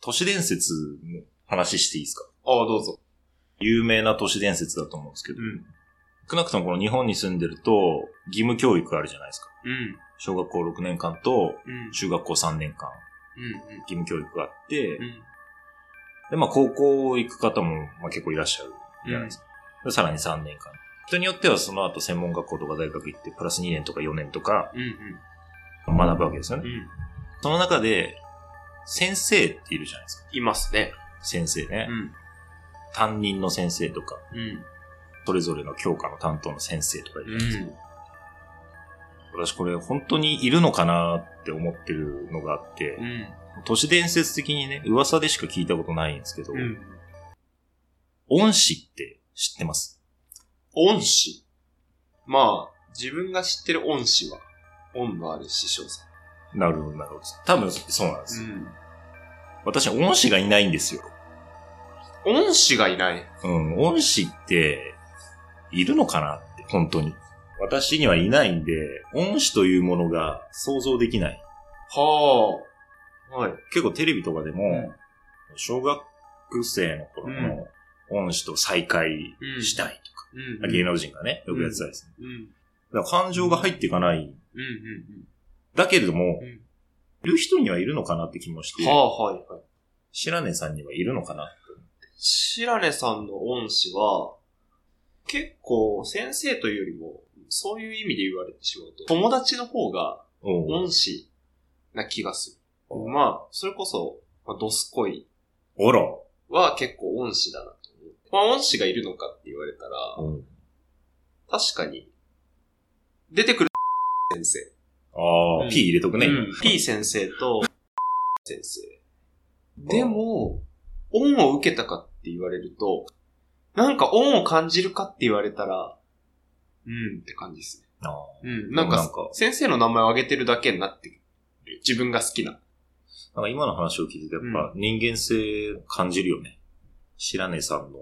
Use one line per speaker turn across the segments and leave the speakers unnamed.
都市伝説の話していいですか
ああ、どうぞ。
有名な都市伝説だと思うんですけど、
ん。
少なくともこの日本に住んでると、義務教育あるじゃないですか。
うん。
小学校6年間と
うん。
中学校3年間、
うん。
義務教育があって、
うん。
で、まあ高校行く方も、まあ、結構いらっしゃるじゃないですか。でさらに3年間。人によってはその後専門学校とか大学行って、プラス2年とか4年とか
うん。
学ぶわけですよ
うん。
ね。
うん。
その中で、先生っているじゃないですか。
いますね。
先生ね。
ん。
担任の先生とか、
うん。
それぞれの教科の担当の先生とかいるじゃないですか。私これ本当にいるのかなって思ってるのがあって、
ん。
都市伝説的にね、噂でしか聞いたことないんですけど、
うん。
恩師って知ってます
恩師。まあ、自分が知ってる恩師は、恩のある師匠さ
なるほど、なるほど。多分そうなんです。
ん。
私、恩師がいないんですよ。
うん。恩師がいない。
うん、恩師って、いるのかなって、本当に。私にはいないんで、恩師というものが想像できない。
はあ。はい。
結構テレビとかでも、小学生の頃の恩師と再会したいとか、
うん
芸能人がね、よくやってたりする。
うん。
だから感情が入っていかない。
うん。うん。
だけれども、
うん
いる人にはいるのかなって気もして
は、あ、はい、はい。
白根さんにはいるのかな
白根さんの恩師は、結構先生というよりも、そういう意味で言われてしまうと、友達の方が
おう
恩師な気がする。
うん
まあ、それこそ、まあ、ドスコイ
おら、
は結構恩師だなと思う。まあ、恩師がいるのかって言われたら、
うん
確かに、出てくる先生。
ああ、
うん
P 入れとくね、
うん P 先生と先生。で、も、恩を受けたかって言われると、なんか恩を感じるかって言われたら、うんって感じですね。
ああ
うん。なん
な
か
んか、
先生の名前を挙げてるだけになってる。自分が好きな。
なんか今の話を聞いて、やっぱ人間性感じるよね。白根さんの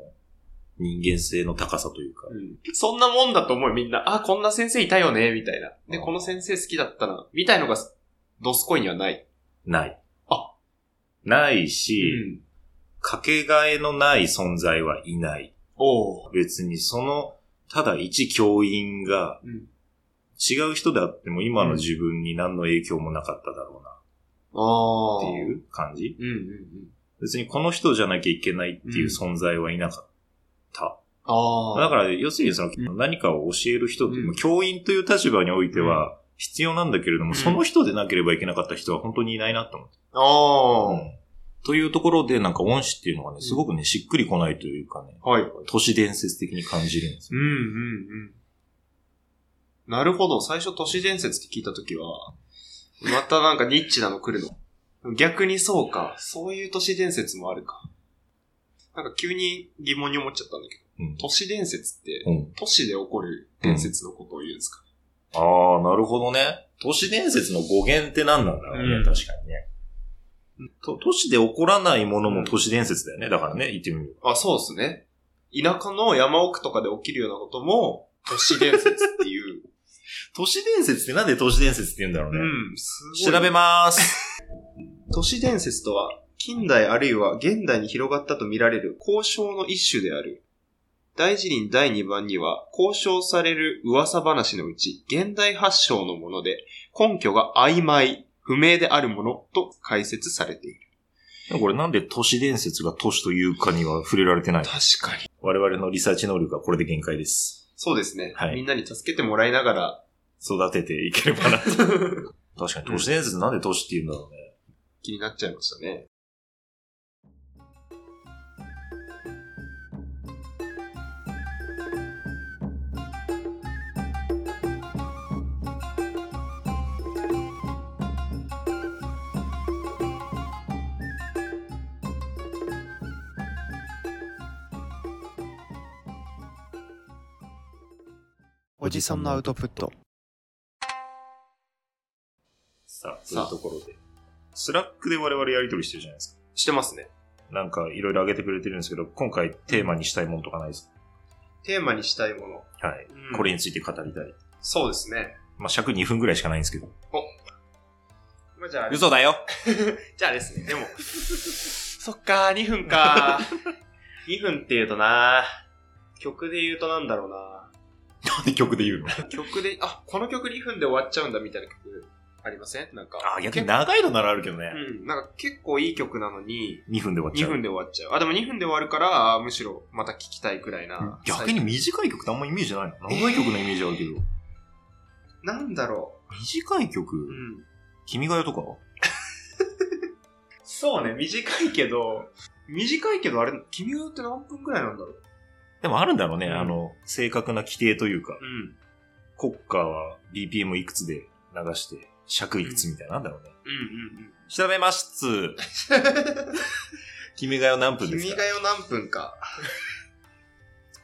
人間性の高さというか。
うん。そんなもんだと思うよみんな。あ、こんな先生いたよね、みたいな。で、
あー
この先生好きだったな、みたいのが、ドスコイにはない。
ない。
あ
ない
うん
し、。かけがえのない存在はいない。
おう。
別にその、ただ一教員が
うん。
違う人であっても今の自分に何の影響もなかっただろう
ああ。
なってい。う感じ。
うんうんうん。
別にこの人じゃなきゃいけないっていう存在はいなかった。
ああ。
だから要するにその
う
何かを教える人って、
うん
教員という立場においては必要なんだけれども、
うん
その人でなければいけなかった人は本当にいないなって思って。
ああ。
というところでなんか恩師っていうのがね、すごくね、しっくりこないというかね、
はい。
都市伝説的に感じるんです
う
よ。
んうんうん。なるほど。最初都市伝説って聞いたときは、またなんかニッチなの来るの。逆にそうか。そういう都市伝説もあるか。なんか急に疑問に思っちゃったんだけど、
うん
都市伝説って、
うん
都市で起こる伝説のことを言うんですか、
ああ、なるほどね。都市伝説の語源って何なんだろうね、
うん
確かにね。と都市で起こらないものも都市伝説だよね。だからね、言ってみる。
あ、そうですね。田舎の山奥とかで起きるようなことも、都市伝説っ ていう。
都市伝説ってなんで都市伝説って言うんだろうね。
うん、すごい。
調べまーす。
都市伝説とは、近代あるいは現代に広がったと見られる交渉の一種である。大辞林第2番には、交渉される噂話のうち、現代発祥のもので、根拠が曖昧、不明であるものと解説されている。
これなんで都市伝説が都市というかには触れられてない
確かに。
我々のリサーチ能力はこれで限界です。
そうですね。
はい
みんなに助けてもらいながら、
育てていければな。確かに都市伝説なんで都市って言うんだろうね。
気になっちゃいましたね。
おじさんのアウトプット。
さあ、とい
さあ
うところで。スラックで我々やりとりしてるじゃないです
してますね。
か。なんかいろいろ上げてくれてるんですけど、今回テーマにしたいものとかないです
テーマにしたいもの。
かはい。
うん
これについて語りたい。
そうですね。
まあ、尺2分ぐらいしかないんですけど。
まあ、じゃああ れ、
嘘だよ
じゃああれですね。でも、そっか、2分 か。2分って言うとな、曲で言うとなんだろうな。
なんで曲で言うの
曲で、あ、この曲2分で終わっちゃうんだみたいな曲 ありませんなんか。
あ、逆に長いのならあるけどね。
うん、なんか結構いい曲なのに、
2分で終わっち
2
ゃう。
分で終わっちゃう。あ、でも2分で終わるから、あむしろまた聞きたいくらいな。
逆に短い曲ってあんまイメージないの長い曲のイメージあるけど。
なんだろ
短い曲、
う。うん。
君が代とか
そうね、短いけど、短いけどあれ、君が代って何分くらいなんだろう。
でもあるんだろうね、
うん
あの、正確な規定というか、
うん。
国歌は BPM いくつで流して、尺いくつみたいなのあんだろうね。
うんうんうん。
調べます つ。君が代何分です
君
か
が代何分 か。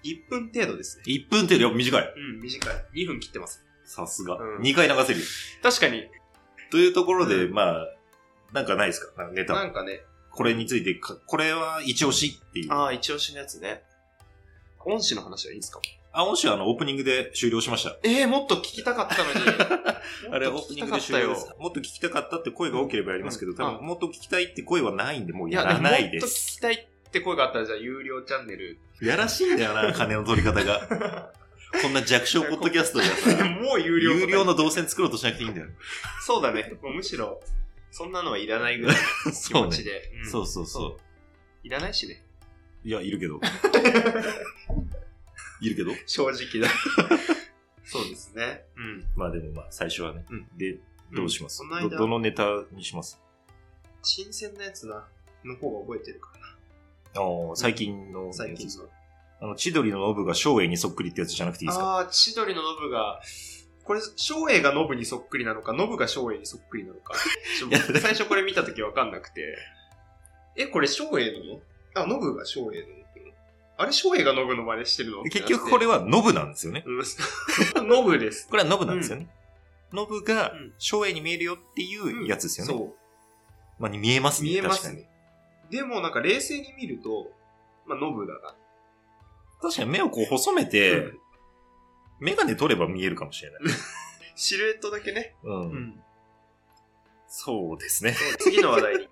1分程度ですね。
?1 分程度、やっぱ短い。
うん、短い。2分切ってます。
さすが。
うん
2回流せるよ。
確かに。
というところで、
うん
まあ、なんかないですかなんかネ
な
タ。
んかね、
これについてか、これは一押しっていう。
ああ、一押しのやつね。恩師の話はいいんですか
あ、もしあの、オープニングで終了しました。
ええもっと聞きたかった のに。
あれ、オ
もっ
ー
と
プ
聞
ニ
き
ングで終
たかった
了
よ
です。もっと聞きたかったって声が多ければやりますけど、
うん
多分、もっと聞きたいって声はないんで、もう
い
や
や、で
ら
もも
な
っ
いで
と聞
す。
きたいって声があったら、じゃあ、有料チャンネ ル。
やらしいんだよ な、金の取り方が。こんな弱小ポッドキャストじ ゃさ、
もう有料
有料の動線作ろうとしなくていいん だよ。
そうだね。もうむしろ、そんなのはいらないぐらいの気
そう
持
ね
ち。で。ん
そうそうそう。
いらないしね。
いや、いるけ ど。いるけど。
正直だ。 そうですね。うん。
まあでもまあ、最初はね。
うん
で、どうします、
うんその間
どどのネタにします
新鮮なやつだ。の方が覚えてるか
ああ、最近のや
ら。
つ。
最近の。
あの、千鳥のノブが松栄にそっくりってやつじゃなくていいですか
ああ、千鳥のノブが、これ、翔英がノブにそっくりなのか、ノブが翔英にそっくり なのか。ちょ
いや
僕最初これ見たときわかんなくて。え、これ翔英なのあ、ノブが翔英なのあれ翔英がノブの真似してるの
結局これはノブなんですよね。
うんノブです。
これはノブなんですよね。ノブが
うん
松栄に見えるよっていうやつですよね。
そ
まあ、見えます
う。
ね。
見えま
確か
す
に。
ね。でもなんか冷静に見ると、まあ、ノブだな。
確かに目をこう細め
う
て
ん、
メガネ取れば見えるかもしれない。
シルエットだけね。
うん。
ん。
そうですね。
次の話題に。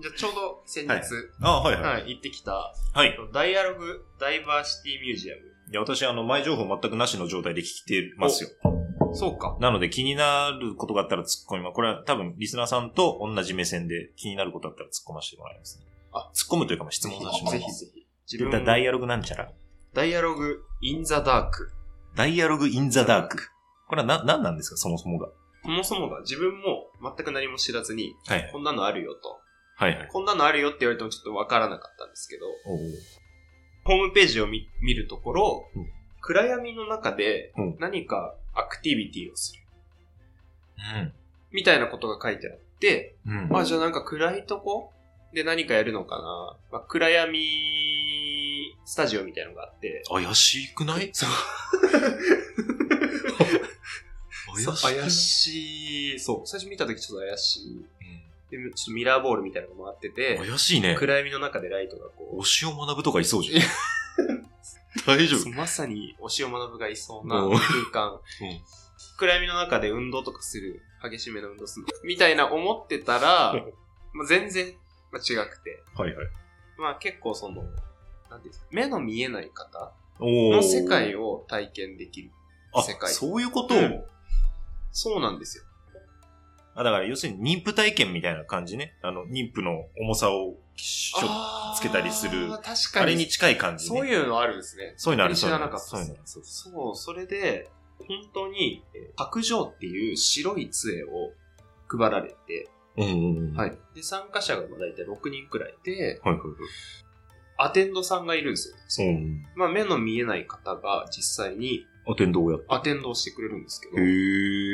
じゃあちょうど先日、
はいあはいはい。
はい、行ってきた、
はい。
ダイアログ・ダイバーシティ・ミュージアム。
いや、私、あの、前情報全くなしの状態で聞いてますよ。
そうか。
なので気になることがあったら突っ込みます。これは多分リスナーさんと同じ目線で気になることあったら突っ込ませてもらいますね。
あ
突っ込むというかまあ質問させてもら
ぜ
いま
ひ
す。
ぜひ。自分
で
も
ダイアログなんちゃら
ダイアログ・イン・ザ・ダーク。
ダイアログインザダーク。これはな、なんなんですかそもそもが。
そもそもが自分も全く何も知らずに、
はい。
こんなのあるよと。
はいはい。
こんなのあるよって言われてもちょっとわからなかったんですけど、
おう
ホームページを見見るところ、
うん
暗闇の中で
うん
何かアクティビティをする。
うん。
みたいなことが書いてあって、
うん。
まあじゃあなんか暗いとこで何かやるのかな。まあ、暗闇スタジオみたいなのがあって、
怪しくない
そう。そう怪しい。そう。最初見た時ちょっと怪しい。で、ちょっとミラーボールみたいなのが回って
い
て、
怪しいね
暗闇の中でライトがこう。
しを学ぶとかいそうじゃん。大丈
そうまさに、推しを学ぶがいそう
う
なん空間
ん。
暗闇の中で運動とかする、激しめの運動する。みたいな思ってたら、 まあ全然、まあ、違くて。
はいはい。
まあ結構その、なんていうんですか、目の見えない方
お
の世界を体験できる。
あ
世界
そういうこと、
うんそうなんですよ。
あ、だから要するに妊婦体験みたいな感じね。あの、妊婦の重さをしょあ
あー
つけたりする
確かに。
れに近い感じね。
そういうのあるんですね。
そういうのある
知らなかった
そう
で
いう
す
の
ね。そう、それで、本当に、えー白状っていう白い杖を配られて、
そういうのうんうんうん。
はい。で、参加者がまあ大体6人くらいで、
はいはいはい。
アテンドさんがいるんですよ。
そう。ん。
まあ、目の見えない方が実際に
アテンドをやっ
アテンドをしてくれるんですけど
て。、へ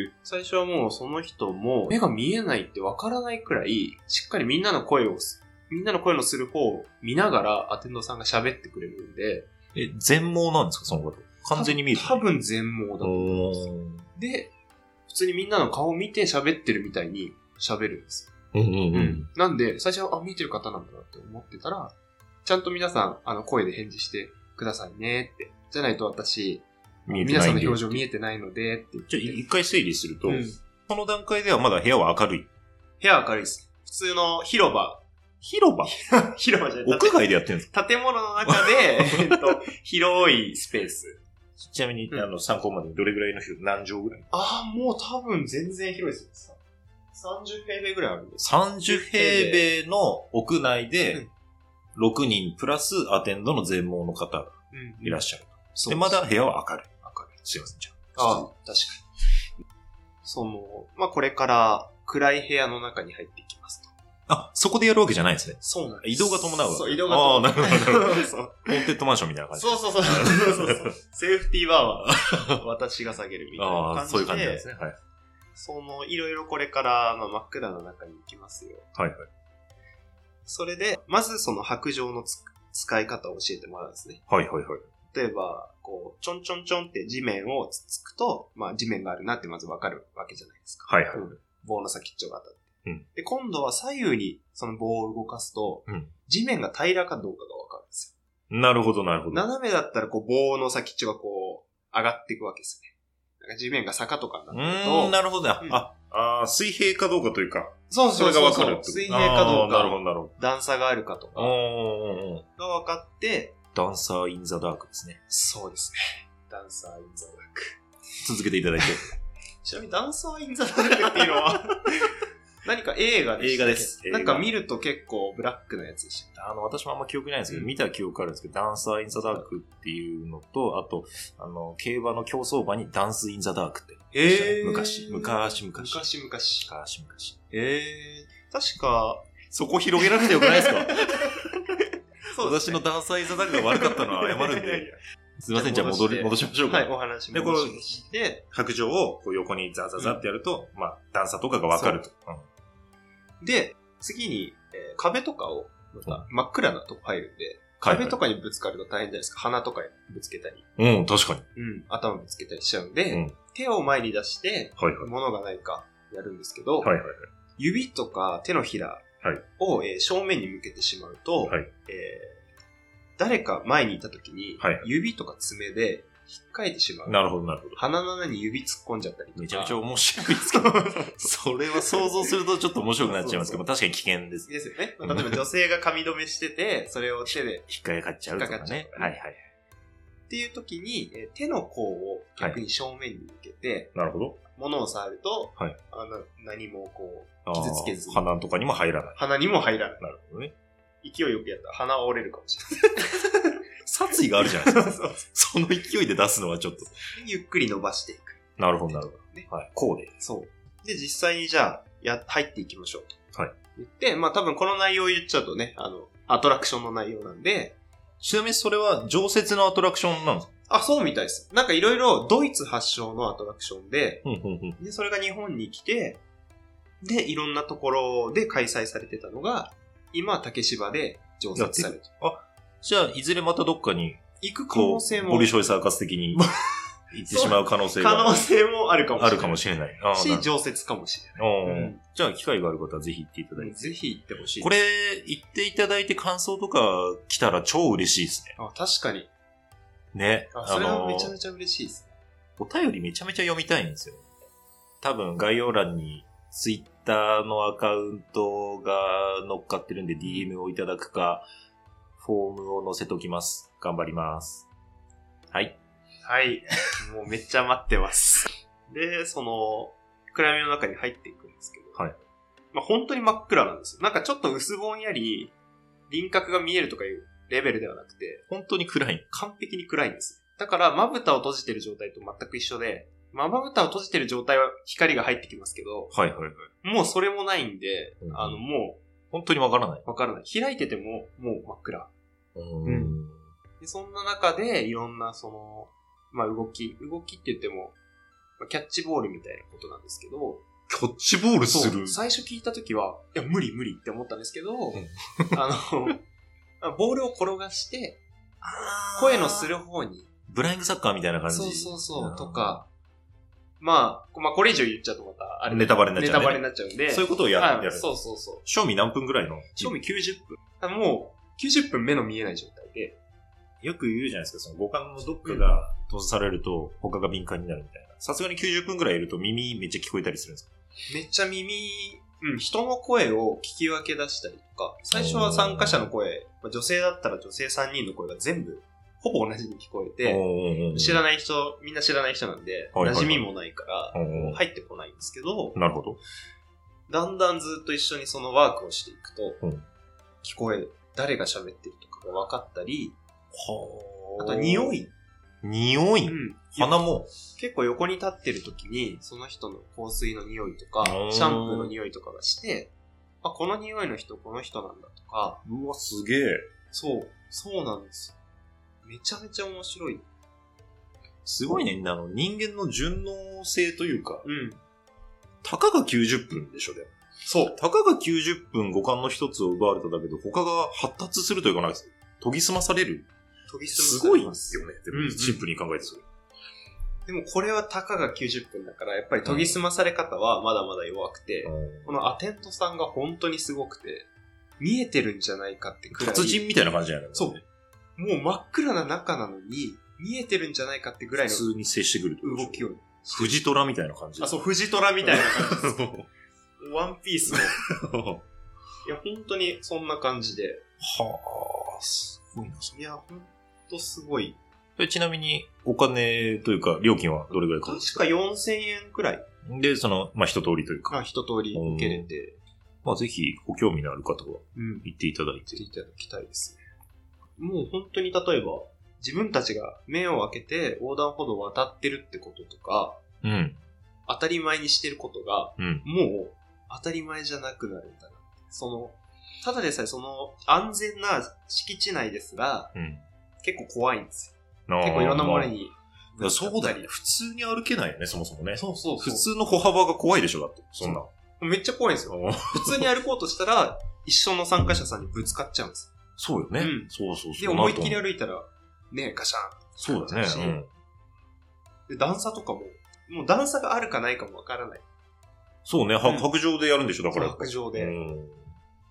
え。
最初はもうその人も目が見えないってわからないくらい、しっかりみんなの声をす、みんなの声のする方を見ながらアテンドさんが喋ってくれるんで、
え、全盲なんですかその方。完全に見えて
多分全盲だと思います。
ん。
で、普通にみんなの顔を見て喋ってるみたいに喋るんですよ。
うんうんうん。
なんで、最初は、あ、見てる方なんだなって思ってたら、ちゃんと皆さん、あの、声で返事してくださいねって。じゃないと私、
見えて
皆
ない
さん
ん
の
で。
表情見えてないのでって言って。
じゃあ一回整理すると、
うん
この段階ではまだ部屋は明るい。
部屋明るいです。普通の広場
広場
広場じゃない。
屋外でやってるんですか
建建物の中で、 えっ と、広いスペース。
ちなみに、
うん
あの、参考までにどれぐらいの広何畳ぐらい
ああ、もう多分全然広いです。30平米ぐらいあるんです。
?30 平米の屋内
う
で
ん、
6人プラスアテンドの全盲の方が
うん
いらっ
し
しゃる。
ゃ
で、まだ部屋は明るい。明るい。すいません、じゃ
ああ、確かに。その、まあ、これから暗い部屋の中に入っていきますと。
あ。あ、そこでやるわけじゃないんですね。
そうなん
移動が伴うわけ
そう、移動が伴う。
ああなるほどなる
そう
ホーンテッドマンションみたいな感じ。
そうそうそうそうそうそう。セーフティーバーは私が下げるみたいな感じ
あ
で。
あ、そういう感じなんですね。はい。
その、いろいろこれから、まあ、真っ暗な中に行きますよ。
はいはい。
それで、まずその白杖のつ使い方を教えてもらうんですね。
はいはいはい。
例えば、こう、ちょんちょんちょんって地面をつつくと、まあ地面があるなってまずわかるわけじゃないですか。
はいはい
うん棒の先っちょが当たって。
うん
で、今度は左右にその棒を動かすと、
うん
地面が平らかどうかがわかるんです
なるほどなるほ
よ。
ど。
斜めだったらこう棒の先っちょがこう上がっていくわけですね。なんか地面が坂とか
う
になってる
ーん、
と、
なるほどね。
うん
あ、あー水平かどうかというか、
そう
それがわかるってこと
水平かど
あ
う
ーなるほ
か、
どなるほ
段差があるかと
ど。
か
おーおーおー
が分かって、
ダンサーインザダークですね。
そうですね。ダンサーインザダーク。
続けてい ただいて。
ちなみにダンサーインザダークっていうの は何か映画でしたっけ
映画です映画
なんか見ると結構ブラックなやつでしたっ
あの、私もあんま記憶ないんですけど、
うん
見た記憶あるんですけど、ダンサーインザダークっていうのと、あと、あの、競馬の競走馬にダンスインザダークって。
け。
へー昔昔昔
昔昔。
昔昔。
えー、確か、
そこ広げなくてよくないですか
そうです
私
ね
のダンサーインザダークが悪かったのは謝るん
いやいやい
で。すいません、じゃあ戻り、戻しましょうか。
はい、お話
で
もしまして、
白状をこう横にザザザってやると、まあ、段差とかがわかると。
で、次に、えー壁とかを、ま
う
た真っ暗なとこ入るんで、壁とかにぶつかると大変じゃないですか。鼻とかにぶつけたり、
うん、うん、確かに。
うん、頭ぶつけたりしちゃうんで、
うん
手を前に出して、
はいはい。
物がないかやるんですけど、
はいはいはい。
指とか手のひらを、えー正面に向けてしまうと、
はい
えー誰か前にいた時に、
はいはい
指とか爪で引っかいてしまう。
なるほど、なるほど。
鼻の穴に指突っ込んじゃったりとか。
めちゃめちゃ面白いですけど、 それは想像するとちょっと面白くなっちゃいますけど、確かに危険です。
ですよね。まあ例えば女性が髪留めしてて、それを手で、
引っかかっちゃうとか
引っかかっちゃう
ね
と。かね
はいはい。
っていう時に、えー手の甲を逆に正面に向けて、
なるほど。
物を触ると、
はい
あの何もこう、
あー
傷つけずに
鼻とかにも入らない。
鼻にも入らない。
なるほど ね。
勢いよくやったら鼻折れるかもし
殺意があるじゃない
れ
で
な
す
い。
か。
そう
その勢いで出すのはちょっと。
ゆっくり伸ばしていく。
なるほど、なるほ
ね
ど。はい。こうで。
そう。で、実際にじゃあ、や、入っていきましょうと。
はい。
言って、まあ多分この内容を言っちゃうとね、あの、アトラクションの内容なんで、
ちなみにそれは常設のアトラクションなんですか
あ、そうみたいです。なんかいろいろドイツ発祥のアトラクションで、
うんうんうん。
で、それが日本に来て、で、いろんなところで開催されてたのが、今、竹芝で常設されてる。
じゃあ、いずれまたどっかに、
行く可
こ
能性
う、
も
ボリ、ショイサーカス的 に行ってしまう可能性
可能
が
性もあるかもしれな
あ
い。
るかもしれない。あーな
し、常設かもしれ
るほど
う
うんんじゃあ、機会がある方はぜひ行っていただい
ない。
て。
ぜひ行ってほしい。
これ、行っていただいて感想とか来たら超嬉しいですね。
あ、確かに。
ね。
あ、それはめちゃ
ー
めちゃ嬉しいです。
お便りめちゃめちゃ読みたいんですよ。多分概要欄にツイッターのアカウントが乗っかってるんで DM をいただくか、フォームを載せときます。頑張ります。はい。
はい。 もうめっちゃ待ってます。で、その、暗闇の中に入っていくんですけど。
はい。
まあ本当に真っ暗なんですよ。なんかちょっと薄ぼんやり、輪郭が見えるとかいうレベルではなくて、
本当に暗い。
完璧に暗いんです。だから、まぶたを閉じてる状態と全く一緒で、まあ、まぶたを閉じてる状態は光が入ってきますけど、
はいはいはい。
もうそれもないんで、
うん
あの、も、。
本当にわからないう
わからない。開いてても、もう真っ暗。
う。
うんで、そんな中で、いろんな、その、まあ、動き、動きって言っても、まあキャッチボールみたいなことなんですけど、
キャッチボール
そう最初聞いた時は、いや、無理無理って思ったんですけど、
ん
あの、ボールを転がして、声のす。る方に、
ブラインドサッカーみたいな感じ。
そうそうそ
ん
う、と。か、まあ、こまあ、これ以上言っちゃうとまた、あれ、
ネタバレになっ
ネ
ちゃうね
タバレになっちゃうんで、
そういうことをや
はい
やる。
そうそうそう。
賞味何分ぐらいの
賞味90分。あもう、90分目の見えない状態で、
よく言うじゃないですか、その五感のどっかが閉ざされると他が敏感になるみたいな。さすがに90分くらいいると耳めっちゃ聞こえたりするんですか
めっちゃ耳うん、人の声を聞き分け出したりとか、最初は参加者の声、まあ女性だったら女性3人の声が全部、ほぼ同じに聞こえて、
で
知らない人、みんな知らない人なんで、
はいはいはい
馴染みもないから、
うんうん
入ってこないんですけど、
なるほど。
だんだんずっと一緒にそのワークをしていく
う
と、
ん
聞こえ、誰が喋ってるとかが分かったり、あ
は
とは匂。い。
匂い、
うん
鼻も。
結構横に立ってる時に、その人の香水の匂いとか
う、ん
シャンプーの匂いとかがして、あ、この匂いの人、この人なんだとか、
うわ、すげえ。
そう、そうなんですよ。めちゃめちゃ面白い。
すごいね。あの、人間の順応性というか、
うん。
たかが90分でしょ、でも。
そう。
たかが90分五感の一つを奪われただけで、他が発達するというかなんか、研ぎ澄まされる。
飛び進
す
む。
ごいんですよね。で
うんう
も
ん
シンプルに考えてそれ。
でもこれはたかが90分だから、やっぱり研ぎ澄まされ方はまだまだ弱くて、このアテントさんが本当にすごくて、見えてるんじゃないかってくらい。
達人みたいな感じじゃないの
そう。もう真っ暗な中なのに、見えてるんじゃないかってぐらい
普通に接してくるってこ
の
とでしょ
動きを。
藤虎みたいな感じ。
あ、そう、藤虎みたいな感じ
そう。
です。ワンピースの。いや、本当にそんな感じで。
はあ、すごいな、それ
いや、本当すごい。
それちなみに、お金というか、料金はどれぐらいかかるんです
確か4000円くらい
かで、その、まあ、一通りという
ま
か、
あ一通り受けれて、
まあ、ぜひ、ご興味のある方は、
うん、
行っていただい
して
て。
いただきたいですね。もう本当に例えば、自分たちが目を開けて横断歩道を渡ってるってこととか、
うん。
当たり前にしてることが、
うん。
もう当たり前じゃなくなるんだな。その、ただでさえその安全な敷地内ですが、
うん。
結構怖いんです
なあ
よ。結構いろんなものに。
まあいやそうだよね。普通に歩けないよね、そもそもね。
そうそうそう。
普通の歩幅が怖いでしょ、だって。そんな。
めっちゃ怖いんですよ。普通に歩こうとしたら、一緒の参加者さんにぶつかっちゃうん です。
そうよね。
うん
そうそうそう。
で、思いっきり
る。
歩いたら、ね、ガシャン
そうだね。うん。
で、段差とかも、もう段差があるかないかもわからない。
そうね。は
うん
白状でやるんでしょ、だから。
白状で。
うん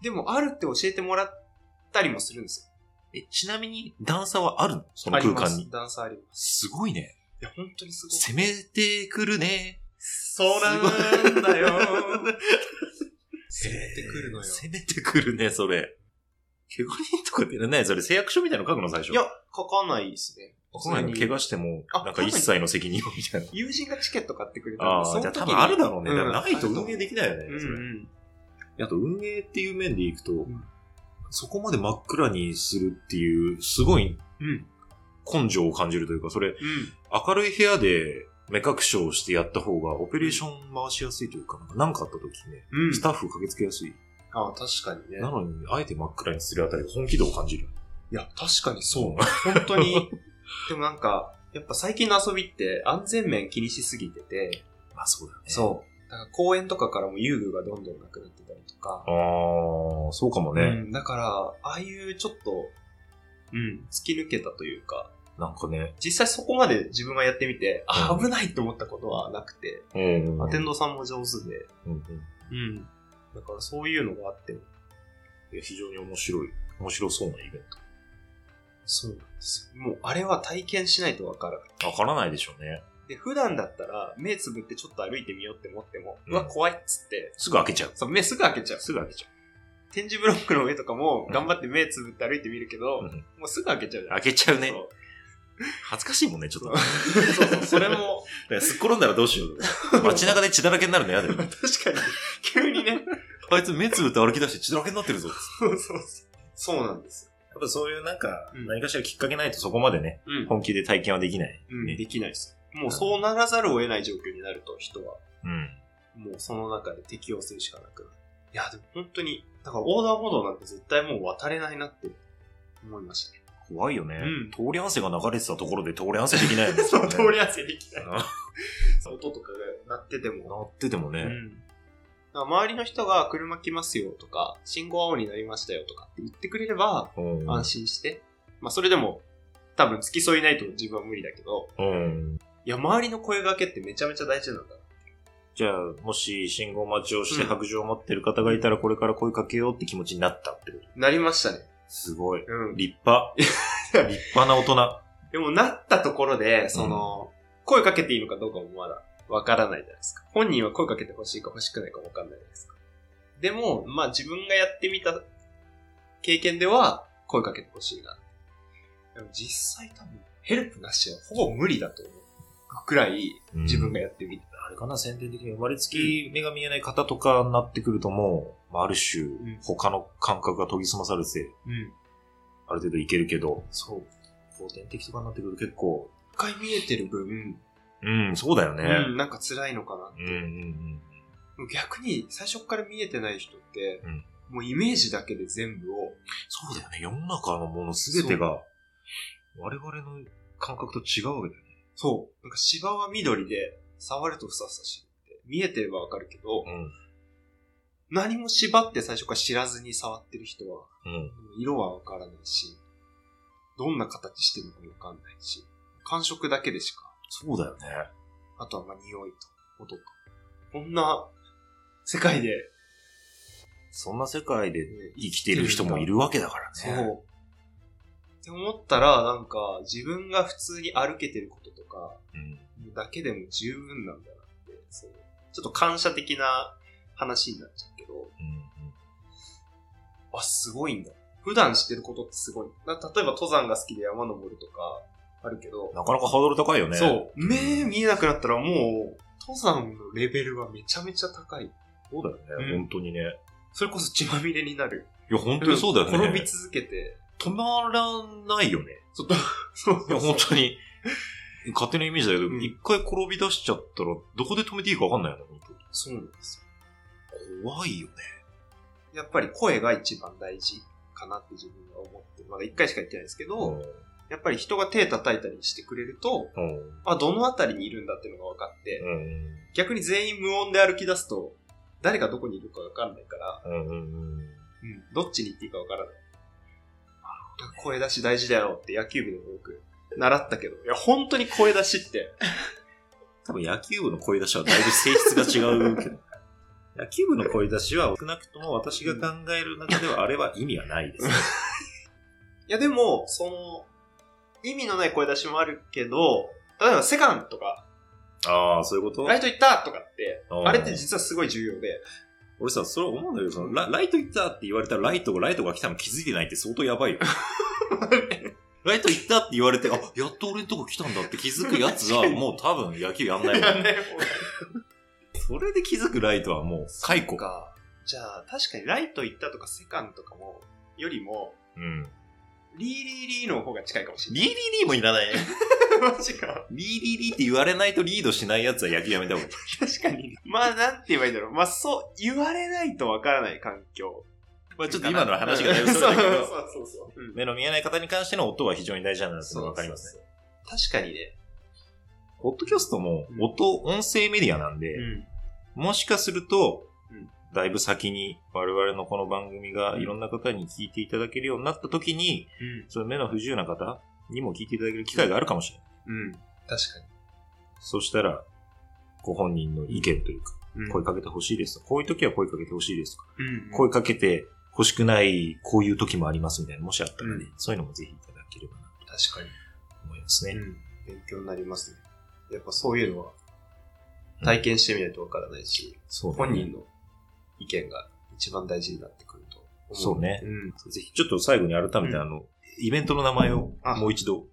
でも、あるって教えてもらったりもするんですよ。
え、ちなみに、段差はあるのその
あり
空
ま
間
す。
に。
段差あります。
すごいね。
いや、本当にすごい。
攻めてくる ね。
そうなんだよ。攻めてくるのよ。
攻めてくるね、それ。怪我人とかってね、それ誓約書みたいなの書くの最初。
いや、、書かないですね。
この
普通
怪
に
我しても、
あ
なんか一切の責任をみたいな。
友人がチケット買ってくれた
あ
ん で
あ
そ
ー、
の
じゃあ多
時に
分あるだろうね。
うん
だからないと運営できないよね。
うん
それ
うん。
あと運営っていう面でいくと、
ん
そこまで真っ暗にするっていう、すごい
うん。
根性を感じるというか、それ、
うん。
明るい部屋で目隠しをしてやった方が、オペレーション回しやすいというか、なんかあった時ね、
うん
スタッフ駆けつけやすい。
ああ、確かにね。
なのに、あえて真っ暗にするあたり、本気度を感じる。
いや、確かにそう。本当に。 でもなんか、やっぱ最近の遊びって安全面気にしすぎてて、
まあ、そうだよね。
そう。だから公園とかからも遊具がどんどんなくなってたりとか。
ああ、そうかもね。
うん。だから、ああいうちょっと、うん、突き抜けたというか、
なんかね。
実際そこまで自分がやってみて、あ
うん
危ないって思ったことはなくて、
うん
アテンドさんも上手で、
うんうん
うん。だからそういうのがあっても、
いや非常に面白い。面白そうなイベン
そうなんですよ。もうあれは体験しないとわからない。
ト。わからないでしょうね。
で、普段だったら、目つぶってちょっと歩いてみようって思っても、
う
うんわ、怖いっつって、
すぐ開けちゃう。
そう、目すぐ開けちゃう。
すぐ開けちゃ
点字ブロックの上とかも
う、ん
頑張って目つぶって歩いてみるけど、
う。
も
うん
うすぐ開けちゃうじゃん。
開けちゃうね
そ。
恥ずかしいもんね、ちょっと。
うそうそう、それも、
だからすっ転んだらどうしよ う。街中で血だらけになるの嫌だよ。
確かに、急 にね。
あいつ目つぶって歩き出して血だらけになってるぞ。や
そうそうそう。そうなんです
っぱそういうなんか、
うん
何かしらきっかけないとそこまでね、
よ。うん。
本気で体験はできない。
うん
ね
できないです。もうそうならざるを得ない状況になると、人は、
うん。
もうその中で適応するしかなくなる。いや、でも本当に、だから横断歩道なんて絶対もう渡れないなって思いましたね。
怖いよね。
うん
通り汗が流れてたところで通り汗できないよ ね。
そう、
ね
通り汗できない。
な
音とかが鳴ってても、
っててもね、
うん。だから周りの人が車来ますよとか、信号青になりましたよとかって言ってくれれば
うん
安心して、まあそれでも多分付き添いないと自分は無理だけど、
うん。
いや周りの声掛けってめちゃめちゃ大事なんだな。
じゃあ、もし信号待ちをして白状を待ってる方がいたら、これから声かけようって気持ちになったってこと。
なりましたね。
すごい。
うん。
立 派。立派な大人。
でもなったところで、その、声かけていいのかどうかもまだわからないじゃないですか。本人は声かけてほしいか欲しくないかもわかんないじゃないですか。でも、まあ自分がやってみた経験では声かけてほしいな。でも実際多分ヘルプなしはほぼ無理だと思うくらい自分がやってみて
あれかな、先天的に生まれつき目が見えない方とかになってくるともう、まあ、ある種
ん、
他の感覚が研ぎ澄まされて、
うん。
ある程度いけるけど、
そう。
後天的とかになってくると結構、
一回見えてる分、
うん、そうだよね。
うん、なんか辛いのかな。
うん、うん、
逆に最初から見えてない人って、
うん
もうイメージだけで全部を、
そうだよね。世の中のものすべてが、我々の感覚と違うわけだよね。
そう。なんか芝は緑で、触るとふさふさしてて、見えてればわかるけど、何も芝って最初から知らずに触ってる人は、
うん、うん。
色はわからないし、どんな形してるのかもわかんないし、感触だけでしか、
そうだよね。
あとはまあ匂いと音と。こんな世界で、
そんな世界で
ね
生きてる人もいるわけだからね。
そう。って思ったら、なんか、自分が普通に歩けてることとか、
うん。
だけでも十分なんだなって、そうちょっと感謝的な話になっちゃうけど、あ、すごいんだ。普段してることってすごい。な例えば登山が好きで山登るとかあるけど
うん、なかなかハードル高いよね。
そう、目見えなくなったらもう、登山のレベルはめちゃめちゃ高い。
そうだよね、
うん
本当にね。い
それこそ血まみれになる。
や、本当にそうだよね。
転び続けて、
止まらないよね。
ちょっと、そう
いや、本当に。勝手なイメージだけど、
うん
一、回転び出しちゃったら、どこで止めていいかわかんないよね、本
そうなんです
当怖いよね。
よ。やっぱり声が一番大事かなって自分は思ってる。まだ一回しか言ってないですけど、やっぱり人が手叩いたりしてくれると、
うん。
あ、どの辺りにいるんだっていうのが分かって、
うん。
逆に全員無音で歩き出すと、誰がどこにいるか分かんないから、
うん。うん。うん。
どっちに行っていいか分からない。声出し大事だよって野球部でもよく習ったけど、いや、本当に声出しって、
多分野球部の声出しはだいぶ性質が違うけど。 野球部の声出しは少なくとも私が考える中ではあれは意味はないですね。
いやでも、その、意味のない声出しもあるけど、例えばセカンドとか、
ああ、そういうこと
ライト行ったとかって、
あー
あれって実はすごい重要で、
俺さ、それ思うんだけどそのラ、ライト行ったって言われたらライトが、ライトが来たの気づいてないって相当やばい よ。ライト行ったって言われて、あ、やっと俺んとこ来たんだって気づくやつは、もう多分野球やんないわ。 それで気づくライトはもう、解雇。
か、じゃあ確かにライト行ったとかセカンドとかも、よりも、
うん。
リーリーリーの方が近いかもしれ
リーリーリーもいらないね。
ない。 マジか。
リーリーリーって言われないとリードしないやつは野球やめた方がいい。
確かに。まあ、なんて言えばいいんだろう。まあ、そう、言われないとわからない環境。
まあちょっと今の話がだいぶ
そ
そうれ
そう
だけ
そう
ど、
そう。うん
目の見えない方に関しての音は非常に大事なんですのがわかりますね。
確かにね。
ポッドキャストも音、音声メディアなんで、
ん。
もしかすると
うん、
だいぶ先に我々のこの番組がいろんな方に聞いていただけるようになった時に、その目の不自由な方にも聞いていただける機会があるかもしれない。
うん。うん。確か
そしたら、ご本人の意見というか、
に。うん
声かけてほしいですとか、こういう時は声かけてほしいですとか、
うん。
声かけて欲しくない、こういう時もありますみたいな、もしあったらね、
う
そういうのもぜひいただければな
確かに。
と思いますね。
うん。勉強になりますね。やっぱそういうのは、体験してみないとわからないし、
そうだね
本人の意見が一番大事になってくると思う。
そうね
うん。
ぜひ、ちょっと最後に改めて
うん
あの、イベントの名前を
あ
もう一度。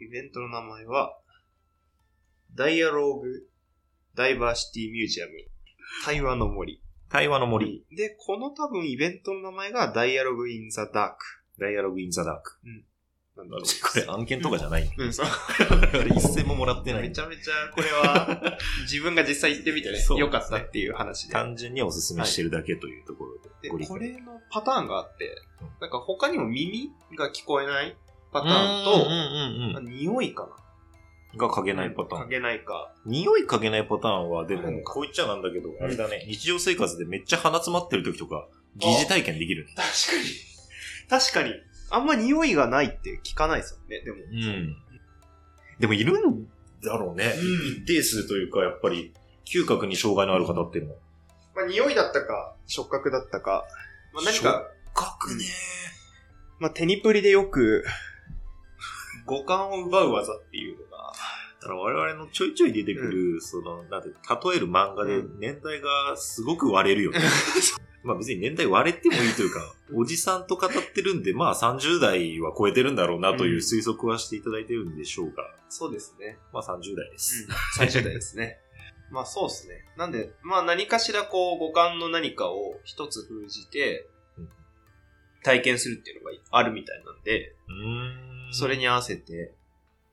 イベントの名前は、ダイアローグ・ダイバーシティ・ミュージアム、対話の森。
対話の森、
で、この多分イベントの名前が、ダイアログ・イン・ザ・ダーク。
ダイアログインザダーク。
なんだろう
これ案件とかじゃない。
う ん、そう。
我々一銭ももらってな
め
い
ち。ゃめちゃ、これ は、自分が実際行ってみてね
そ、う
良かったっていう話で。
単純におすすめしてるだけというところで
で、
ご理
こ
解。
れのパターンがあって
うん、
なんか他にも耳が聞こえないパ
パ
ターンと、
ン
まあ匂いかな。
がかけないパター
か
ン。
けないか。
匂いかけないパターンは、で
あるの
も、
か
こう言っちゃなんだけど、あれだね、日常生活でめっちゃ鼻詰まってる時とか、疑似体験できるね。
確かに。確かに。あんま匂いがないって聞かないですよね、でも。
うん。でもいるんだろうね。
うん
一定数というか、やっぱり、嗅覚に障害のある方っていうのは。
まあ、匂いだったか、触覚だったか、まあ、何か、
覚
ねまあ、手にプリでよく、五感を奪う技っていうのが、
だから我々のちょいちょい出てくる、その、なんて、例える漫画で
う
年代がすごく割れるよね。 まあ別に年代割れてもいいというか、おじさんと語ってるんで、まあ30代は超えてるんだろうなという推測はしていただいてるんでしょうが、
そうですね。
まあ30代です。
最 終代ですね。 まあそうですね。なんで、まあ何かしらこう五感の何かを一つ封じて
うん、
体験するっていうのがあるみたいなんで、
うーん
それに合わせて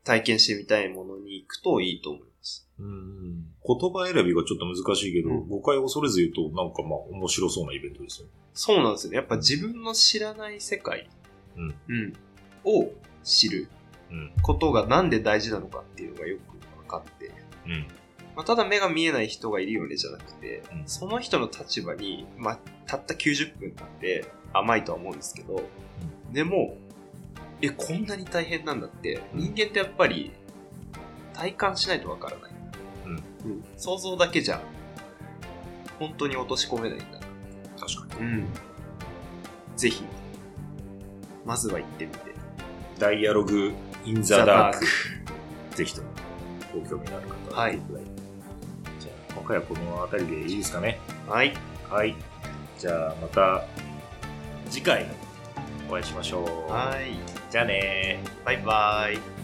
体験してみたいものに行くといいと思います。
うん言葉選びがちょっと難しいけど、
うん
誤解を恐れず言うと、なんかまあ面白そうなイベントですよね。
そうなんですよね。やっぱ自分の知らない世界、
うん
うんを知る
うん。
ことがなんで大事なのかっていうのがよく分かって、
うん。
まあ、ただ目が見えない人がいるよねじゃなくて、
うん
その人の立場に、まあ、たった90分なんで甘いとは思うんですけど、でもえこんなに大変なんだって
うん
人間ってやっぱり体感しないとわからない、うん想像だけじゃ本当に落とし込めないんだ、
確かに。
ぜひまずは行ってみて
ダイアログ・イン・ザ・ダーク。ぜひとも、ご興味のある方は見ていただいて。じゃあ、今回はこの辺りでいいですかね。
はい
はい。じゃあ、また、次回お会いしましょう。
はい
じゃあねー。
バイバイ